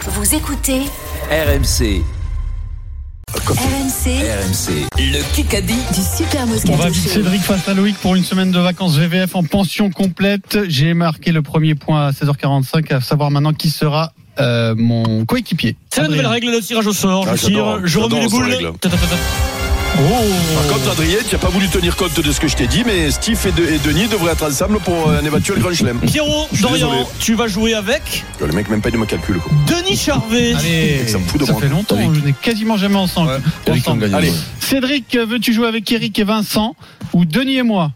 Vous écoutez RMC, RMC RMC, le Kikadi. du Super On Moscato va vite Show. Cédric face à Loïc pour une semaine de vacances VVF en pension complète. J'ai marqué le premier point à 16h45, à savoir maintenant qui sera euh, mon coéquipier. C'est la Adrien. nouvelle règle, le tirage au sort. Ah, je tire, j'adore, je remets les j'adore boules. cette règle. Ta, ta, ta, ta. Par Oh contre, Adrien, tu n'as pas voulu tenir compte de ce que je t'ai dit, mais Steve et, De- et Denis devraient être ensemble pour euh, un éventuel grand chelem. Pierrot, Je suis désolé. Dorian, tu vas jouer avec Le mec, Oh, même pas de me calcul. Quoi. Denis Charvet. Allez, Ça ça, me fout de moi. fait longtemps, Cédric. je n'ai quasiment jamais ensemble. ensemble. Allez, Cédric, veux-tu jouer avec Eric et Vincent ou Denis et moi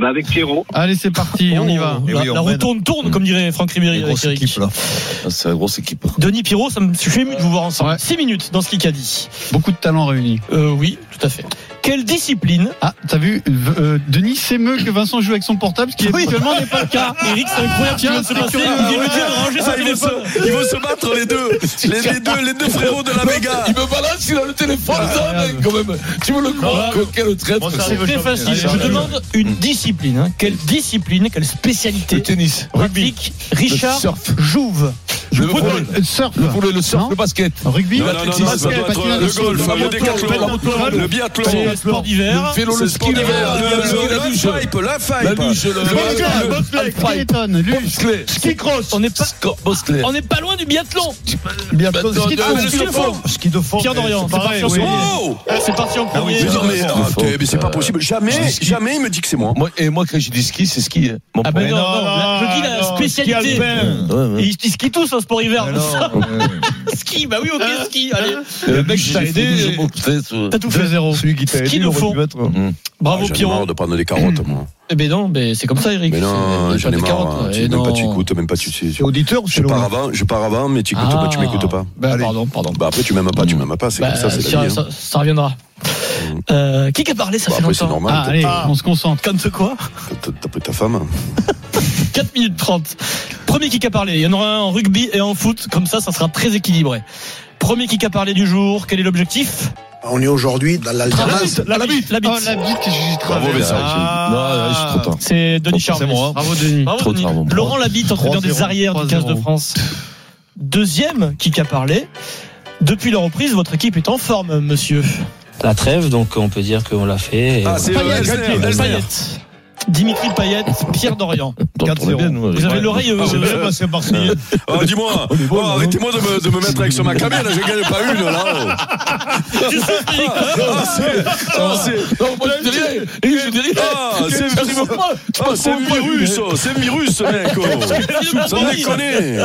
Bah, avec Pierrot. Allez, c'est parti, on y va. Oh, La, la roue tourne, tourne, comme dirait Franck Ribéry avec Eric. Ah, C'est la grosse équipe. Denis Pierrot, ça me, je suis ému de vous voir ensemble. Ouais. 6 minutes dans ce qu'il a dit. Beaucoup de talents réunis. Euh, oui, tout à fait. Quelle discipline Ah, t'as vu, euh, Denis s'émeut que Vincent joue avec son portable, ce qui habituellement n'est pas le cas. Car Eric, c'est incroyable ce qui Tiens, vient de se c'est passer. curieux. Il vient de dire de ranger Ah, son ils, vont téléphone. se, ils vont se battre les deux. Les, les deux, les deux frérots de la Vega. Il me balance, il a le téléphone, ça, mec, quand même. Tu me le crois que- Quel traître. Bon, ça C'est arrive. c'est- très facile. Allez, Je Charles. demande une discipline. hein. Quelle discipline, quelle spécialité Le tennis, Rugby, le Richard surf, Jouve. le Football, volley, euh, surf, le volley, le surf, Non. le basket, rugby, Non, non, non, non, ça doit basket, être le patinage, golf, le le décathlon, le biathlon. C'est sport le d'hiver. vélo, C'est le le ski, sport le d'hiver, le- le- le- la la luge, pipe, la la pipe. luge, le- le bobsleigh, triathlon, luge, bobsleigh, ski cross. On n'est pas, sco- bobsleigh. on n'est pas loin du biathlon. Bien, Bah, ski de de- fond, de- ski de de- fond. Ski de fond. Pierre Dorian, c'est pareil, parti en oui. premier. Oh Ah, C'est parti en Mais premier. non, mais Faut- arrêtez, mais Ah, c'est faut- pas possible. c'est Jamais, ski. jamais il me dit que c'est moi. Moi, et moi, quand j'ai dit ski, c'est ski. hein. Mon Ah ben premier. non, non, non, là, je dis la non, spécialité. ski alpin. Ouais, ouais. Et ils, ils skient tous en sport hiver. Ça, ski, bah oui, ok, Hein ski. Allez, Le mec, j'ai t'a fait aidé. des mots, peut-être. t'as tout fait. 2-0. Celui qui Ce qu'ils nous font. Hum. Bravo, Ah, hmm. J'en ai Pierrot. marre de prendre des carottes, moi. Eh ben non, mais c'est comme ça, Eric. Mais non, j'en ai marre. eh hein. Tu- Même pas tu écoutes, même pas tu tu- tu- auditeur ou Je pars avant, je pars avant, mais tu écoutes Ah. pas, tu m'écoutes pas. Bah, Allez. pardon, pardon. Bah après tu m'aimes pas, tu m'aimes pas, c'est Bah, comme ça, c'est ça, la vie. hein. Mm. ça- ça reviendra. Euh, qui a parlé, ça Bah, fait après c'est longtemps Ah, normal. allez, on se concentre. Quand quoi T'as- t'as- T'as pris ta femme. 4 minutes 30. Premier qui a parlé. Il y en aura un en rugby et en foot. Comme ça, ça sera très équilibré. Premier qui a parlé du jour. Quel est l'objectif On est aujourd'hui dans l'alternance. la bite. La bite. Oh, la bite, j'ai Bravo, travaillé. Vincent. Ah. Non, je suis trop tard. C'est Denis C'est Charvet. moi. Bravo, Denis. Bravo, Trop Denis. tard, bon, bravo. Laurent Labitte, entraîneur des 3-0, arrières du 15 de 3-0. France. Deuxième qui a parlé. Depuis la reprise, votre équipe est en forme, monsieur. la trêve, donc on peut dire qu'on l'a fait. et Ah voilà. c'est euh, Elsner, Elsner. Payet. Dimitri Payet, Pierre Dorian. On tourne bien, nous, avec- Vous avez l'oreille. Ah, euh, ouais. euh, Oh dis-moi, oh, arrêtez-moi de me, de me mettre avec ce macabé là, je gagne pas une là. oh. Ah c'est, ah c'est, Non, moi, je dis rien. Et je dis rien. ah c'est, Tu arrives c'est, pas. Tu ah, passes c'est mon point. virus, oh, c'est virus ce mec. Oh. Sans déconner,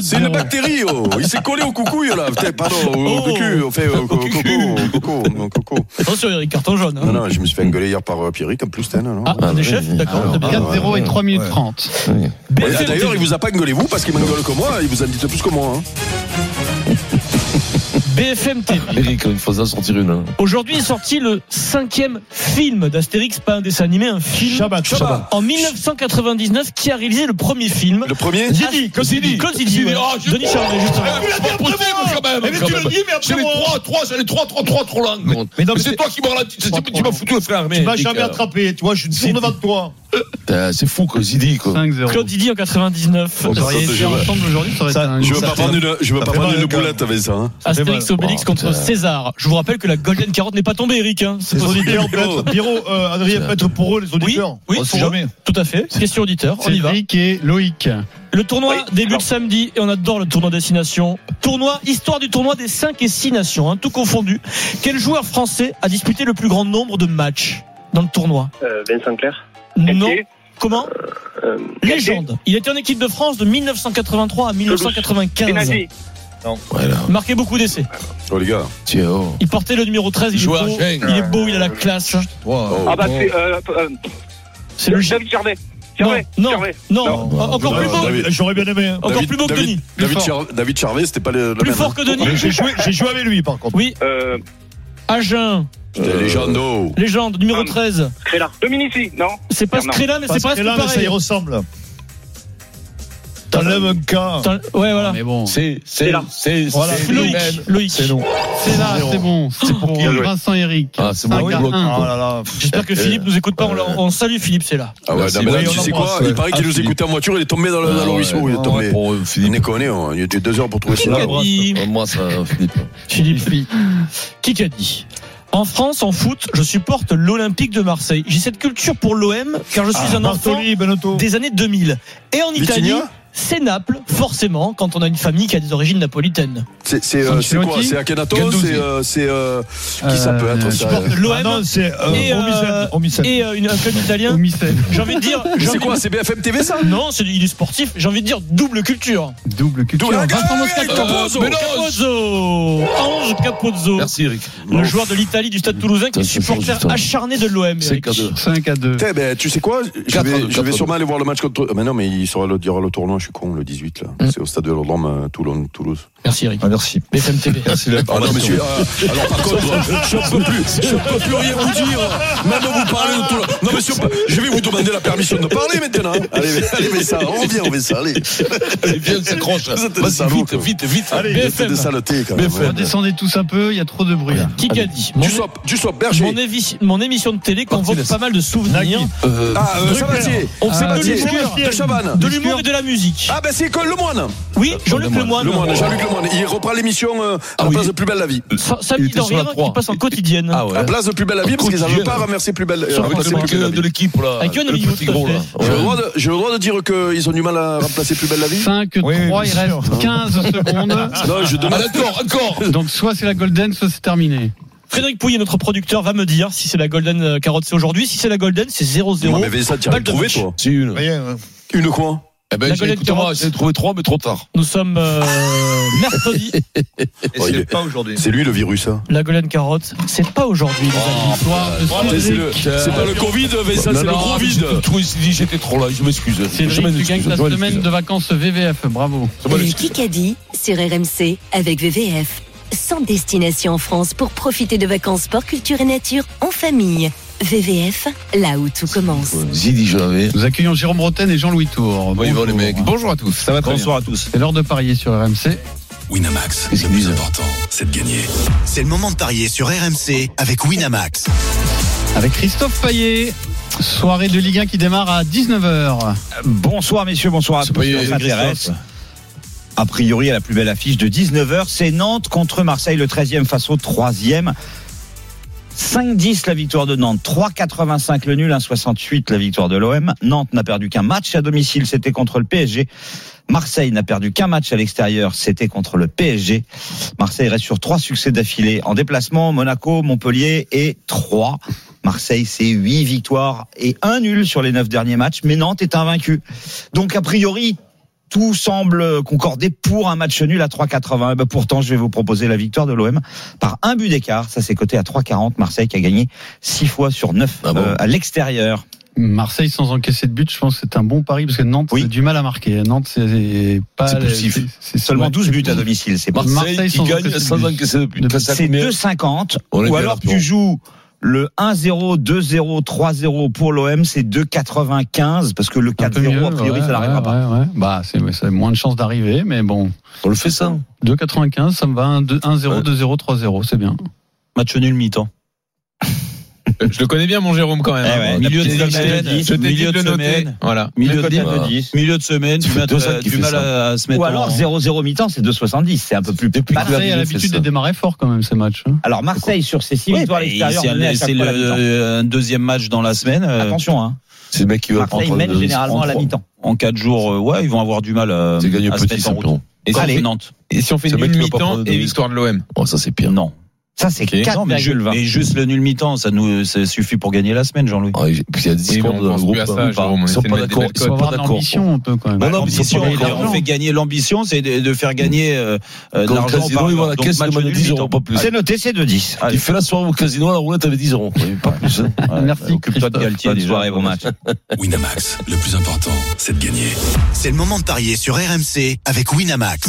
c'est une bactérie. Oh. Il s'est collé au coucouille là. Putain, pardon, au, Oh. au cul, on fait au, co- cul. coco, coco, non, coco. Attention, Eric, carton jaune. hein. Non non, je me suis fait engueuler hier par euh, Pierrick en plus, t'es non. non. Ah, Ah, des oui, chefs, oui. d'accord. très Ah, bien. 4-0 et 3 minutes 30. Ouais, BFM Bah, D'ailleurs, TV. il vous a pas engueulé vous parce qu'il m'engueule que moi, il vous a dit plus que moi. hein. BFM TV. Eric, il faut en sortir une. hein. Aujourd'hui est sorti le cinquième film d'Astérix, pas un dessin animé, un film. Chabat. En 1999, qui a réalisé le premier film Le premier Ah, Zidi, Oh, Cosini. Cosini, ouais. Ah, je- Denis Charvet, justement. Ah, mais c'est pas possible, quand même, Mais quand tu le même. dis, mais après J'ai les moi. trois, trois, j'ai les trois, trois, trois, trop longues. Mais, mais non, mais c'est- c'est toi qui m'as ralentit, c'est- Trois, tu trois m'as longues. foutu le frère, mais. Eric, euh, attrapé, tu vois, je suis sourd devant toi. putain, C'est fou, quoi, Zidi, quoi. 5-0. Claude Zidi en 99. Oh, Vous bah, auriez ça, été je- ensemble aujourd'hui, ça aurait été un- Je veux pas prendre une, je veux pas fait prendre mal, une quand même. boulette avec ça. hein. Astérix Obélix Oh, contre putain. César. Je vous rappelle que la Golden Carotte n'est pas tombée, Eric. Hein. C'est possible. Biro, euh, Adrien, peut-être pour eux, les Oui, oui, pour- tout à fait. Question auditeur, on y va. Cédric et Loïc. Le tournoi Oui, débute alors. samedi et on adore le tournoi destination. Tournoi, histoire du tournoi des 5 et 6 nations, hein, tout confondu. Quel joueur français a disputé le plus grand nombre de matchs dans le tournoi Euh, Vincent Clair. Non. Galtier, Comment euh, Légende. Il était en équipe de France de 1983 à 1995. Benazzi. Voilà. Marqué beaucoup d'essais. Oh les gars. Tiens, oh. Il portait le numéro 13, il est, Joueur beau, gêne. il est beau, il a la classe. Wow. Ah bah c'est euh, euh, C'est le David Gervais. Non, Gervais. non, Gervais. non, Non. encore plus Non, beau. David. J'aurais bien aimé. hein. Encore David- plus beau que David- Denis. Plus David, fort. Char- David Charvet, c'était pas le, la Plus même. hein. fort que Denis. J'ai joué, j'ai joué avec lui, par contre. Oui, Euh, Agen, C'était légende. oh. légende, numéro Hum. 13. Scrella. Dominici, non C'est pas Bernard. Scrella, mais c'est presque là, mais ça y pareil. ressemble. T'enlèves un cas. Attends, Ouais, voilà. Ah, Mais bon, C'est, c'est, là. c'est, Voilà. c'est Loïc, humaine. Loïc. C'est non. c'est là, c'est bon. C'est pour Bien joué. Vincent Eric. Ah, c'est bon, Cinq oui, à bloc. un. Ah là là. J'espère que Philippe nous écoute pas. On, l'a- on salue Philippe, c'est là. Ah ouais, Merci, non, mais là, oui, tu on sais l'embrasse, quoi ouais. Il paraît qu'il Ah, nous Philippe. écoutait en voiture, il est tombé dans le dans le ruisseau, il est tombé. Ah, Pour euh, On Philippe. est connus, hein. il y a eu deux heures pour trouver Qui ça. a dit Moi, ça, euh, Philippe. Philippe, oui. Qui a dit En France, en foot, je supporte l'Olympique de Marseille. J'ai cette culture pour l'OM car je Ah, suis un enfant Benotto. Ah, des années 2000. Et en Italie, Vitinha c'est Naples, forcément, quand on a une famille qui a des origines napolitaines. C'est c'est, euh, c'est quoi C'est Akhenato Gendouzi. C'est. euh, c'est, euh, Qui ça Euh, peut être ça supporte l'OM c'est et, euh, et euh, une- un club italien. Omicène. J'ai envie de dire. Mais j'ai C'est envie quoi de- C'est BFM TV ça Non, c'est il est sportif. J'ai envie de dire double culture. Double culture. D'où la gueule, Vincent Moscato. Capozzo. mais non. Capozzo, Ange Capozzo, Merci, Eric. le joueur de l'Italie du Stade Toulousain qui est Putain, c'est supporter fort, putain. acharné de l'OM. C'est K2. 5 à 2. Putain, ben, tu sais quoi Je Quatre à deux, vais, je quatre à vais sûrement deux. aller voir le match contre. Ah, Mais non, mais il sera le, il y aura le tournoi, je suis con, le 18, là. C'est au stade de l'Ordre, Toulon, Toulouse. Merci Eric. Ah, merci. BFM TV. Merci, la Ah non, mais tu- ah, alors par contre, je peux plus, je peux plus rien vous dire. Même vous parler de Toulon. Non, monsieur, je vais vous demander la permission de parler maintenant. hein. Allez, allez, mais ça, on revient, on va ça, allez. Allez, viens, s'accroche. Vous êtes des Vas-y, salauds, vite, quoi. vite, vite. Allez, faites des saletés quand même. ouais. Descendez tous un peu, il y a trop de bruit. hein. là. Qui a dit Du mon, sop, du sop, mon, berger. évi- mon émission de télé convoque pas Martinez. mal de souvenirs. Euh, Ah, euh, Drucker. Sabatier. On fait de Sabatier. l'humour, De Chavannes. euh, de l'humour et de la musique. Ah, ben c'est que le moine. Oui, Jean-Luc Lemoine. Le moine, Jean-Luc Le Moine. Il reprend l'émission euh, à la oui. place de Plus Belle la Vie. Sa- Il Samedi était d'en sur la rire qui trois. passe en quotidienne. Ah ouais. À la place de Plus Belle la Vie, parce qu'ils n'avaient Quotidien. pas remercié Plus Belle. Sur euh, remplacer France Plus Belle la de, Vie. de l'équipe là. Avec Yoann le Rioux, petit tout à gros fait. là. J'ai le Ouais. droit de- j'ai le droit de dire qu'ils ont du mal à remplacer Plus Belle la Vie 5, 3, Oui, bien il reste 15 secondes. Non, je Ah, demande. d'accord, encore. Donc soit c'est la golden, soit c'est terminé. Frédéric Pouillet, notre producteur, va me dire si c'est la Golden euh, Carotte, c'est aujourd'hui. Si c'est la Golden, c'est 0-0. Non, mais Vincent, tu as Balle de trouvé, match. toi C'est une. Une quoi Eh ben, La j'ai galette écoute, moi, carotte. j'ai trouvé trois, mais trop tard. Nous sommes euh, mercredi. Oh, il est- pas aujourd'hui. C'est lui le virus, hein La Golden Carotte, c'est pas aujourd'hui. les amis. Oh, Soir de voilà, C'est Cédric. le- c'est pas le Covid, Vincent, c'est le gros vide. Tout dit, j'étais trop là, je m'excuse. Je Cédric, tu m'excuse, gagnes ta je m'excuse. semaine de vacances VVF, bravo. Je Le m'excuse. Kikadi sur RMC avec VVF. Sans destination en France pour profiter de vacances sport, culture et nature en famille. VVF, là où tout commence. Zidi, je l'avais. Nous accueillons Jérôme Roten et Jean-Louis Tour. Bon, ils vont, les mecs. Bonjour à tous, ça va très Bonsoir à tous. C'est l'heure de parier sur RMC. Winamax, Qu'est-ce le qu'ils plus disent important, c'est de gagner. C'est le moment de parier sur RMC avec Winamax. Avec Christophe Paillet. Soirée de Ligue 1 qui démarre à 19h. Bonsoir messieurs, bonsoir à C'est tous. pas hier, Ça s'intéresse. A priori, à la plus belle affiche de 19h, c'est Nantes contre Marseille, le 13e face au 3e. 5-10 la victoire de Nantes, 3-85 le nul, 1-68 la victoire de l'OM. Nantes n'a perdu qu'un match à domicile, c'était contre le PSG. Marseille n'a perdu qu'un match à l'extérieur, c'était contre le PSG. Marseille reste sur trois succès d'affilée en déplacement, Monaco, Montpellier et 3. Marseille, c'est 8 victoires et un nul sur les 9 derniers matchs, mais Nantes est invaincu. Donc a priori, tout semble concorder pour un match nul à 3,80. Eh ben, pourtant, je vais vous proposer la victoire de l'OM par un but d'écart. Ça, c'est coté à 3,40. Marseille qui a gagné 6 fois sur 9 Ah bon à l'extérieur. Marseille sans encaisser de but, je pense que c'est un bon pari parce que Nantes Oui. a du mal à marquer. Nantes, c'est pas. C'est poussif. c'est- c'est- Seulement ouais, 12 c'est buts à poussif. domicile. C'est pas Marseille, Marseille qui sans gagne encaisser sans de but. encaisser de but. De- Ça, ça C'est combien 2,50. On est Ou bien alors là, tu bon. joues le 1-0, 2-0, 3-0 pour l'OM, c'est 2,95 parce que le Un peu 4-0, mieux, a ouais, priori, ça n'arrivera ouais, pas. ouais, ouais. Bah, c'est ouais, c'est moins de chances d'arriver, mais bon. On le fait ça. 2,95, ça me va. un, deux, 1-0, Ouais. 2-0, 3-0, c'est bien. Match nul mi-temps. Je le connais bien, mon Jérôme, quand même. Eh hein. ouais, milieu de t'as plus semaine. de dix, Je t'ai dit milieu de le de noter. semaine. Voilà. Milieu Même de, pas dé- de 10. Milieu de semaine, C'est tu as toi ça du qui fais mal à, à se mettre Ou alors en- 0-0 mi-temps, c'est 2,70. C'est un peu plus Depuis que basse. Marseille a Lavilleux fait l'habitude ça. de démarrer fort quand même ces matchs. hein. Ah, Alors Marseille sur ses 6 Oui, bah, victoires à mais l'extérieur, c'est on est à un, chaque c'est fois à le- la mi-temps. un deuxième match dans la semaine. euh, Attention, hein. C'est le mec qui va Marseille prendre. mène euh, généralement à la en- mi-temps. En quatre jours, euh, ouais, ils vont avoir du mal euh, C'est gagné à se petit mettre en route. simplement. Et si, on Allez. fait Nantes. et si on fait C'est le mec nul qui va pas mi-temps prendre de et risque. victoire de l'OM Oh, ça c'est pire. Non. Ça, c'est Ok. Non, mais, ju- 4,20. mais juste le nul mi-temps, ça nous ça suffit pour gagner la semaine, Jean-Louis. Ah, et puis il y a 10 Oui, mais secondes on dans le pense groupe. plus à ça, hein. Jérôme, on Ils sont essaie de pas mettre des d'accord. belles Ils Il faut sont avoir pas de d'accord. l'ambition un peu quand même. Non, non, mais L'ambition, ils sont pas on, fait- d'accord. on fait gagner l'ambition, c'est de, de faire gagner euh, euh, de Quand au l'argent. au casino, ils parieur. vont à la Donc, caisse match demander nul 10 euros, mi-temps. pas plus. C'est noté, c'est 2,10. Il fait la soirée au casino, à la roulette avec 10 euros. Pas plus. hein. Ouais, Merci, Occupe-toi de Christophe. Galtier Bonne déjà. soirée, bon match. Winamax, le plus important, c'est de gagner. C'est le moment de parier sur RMC avec Winamax.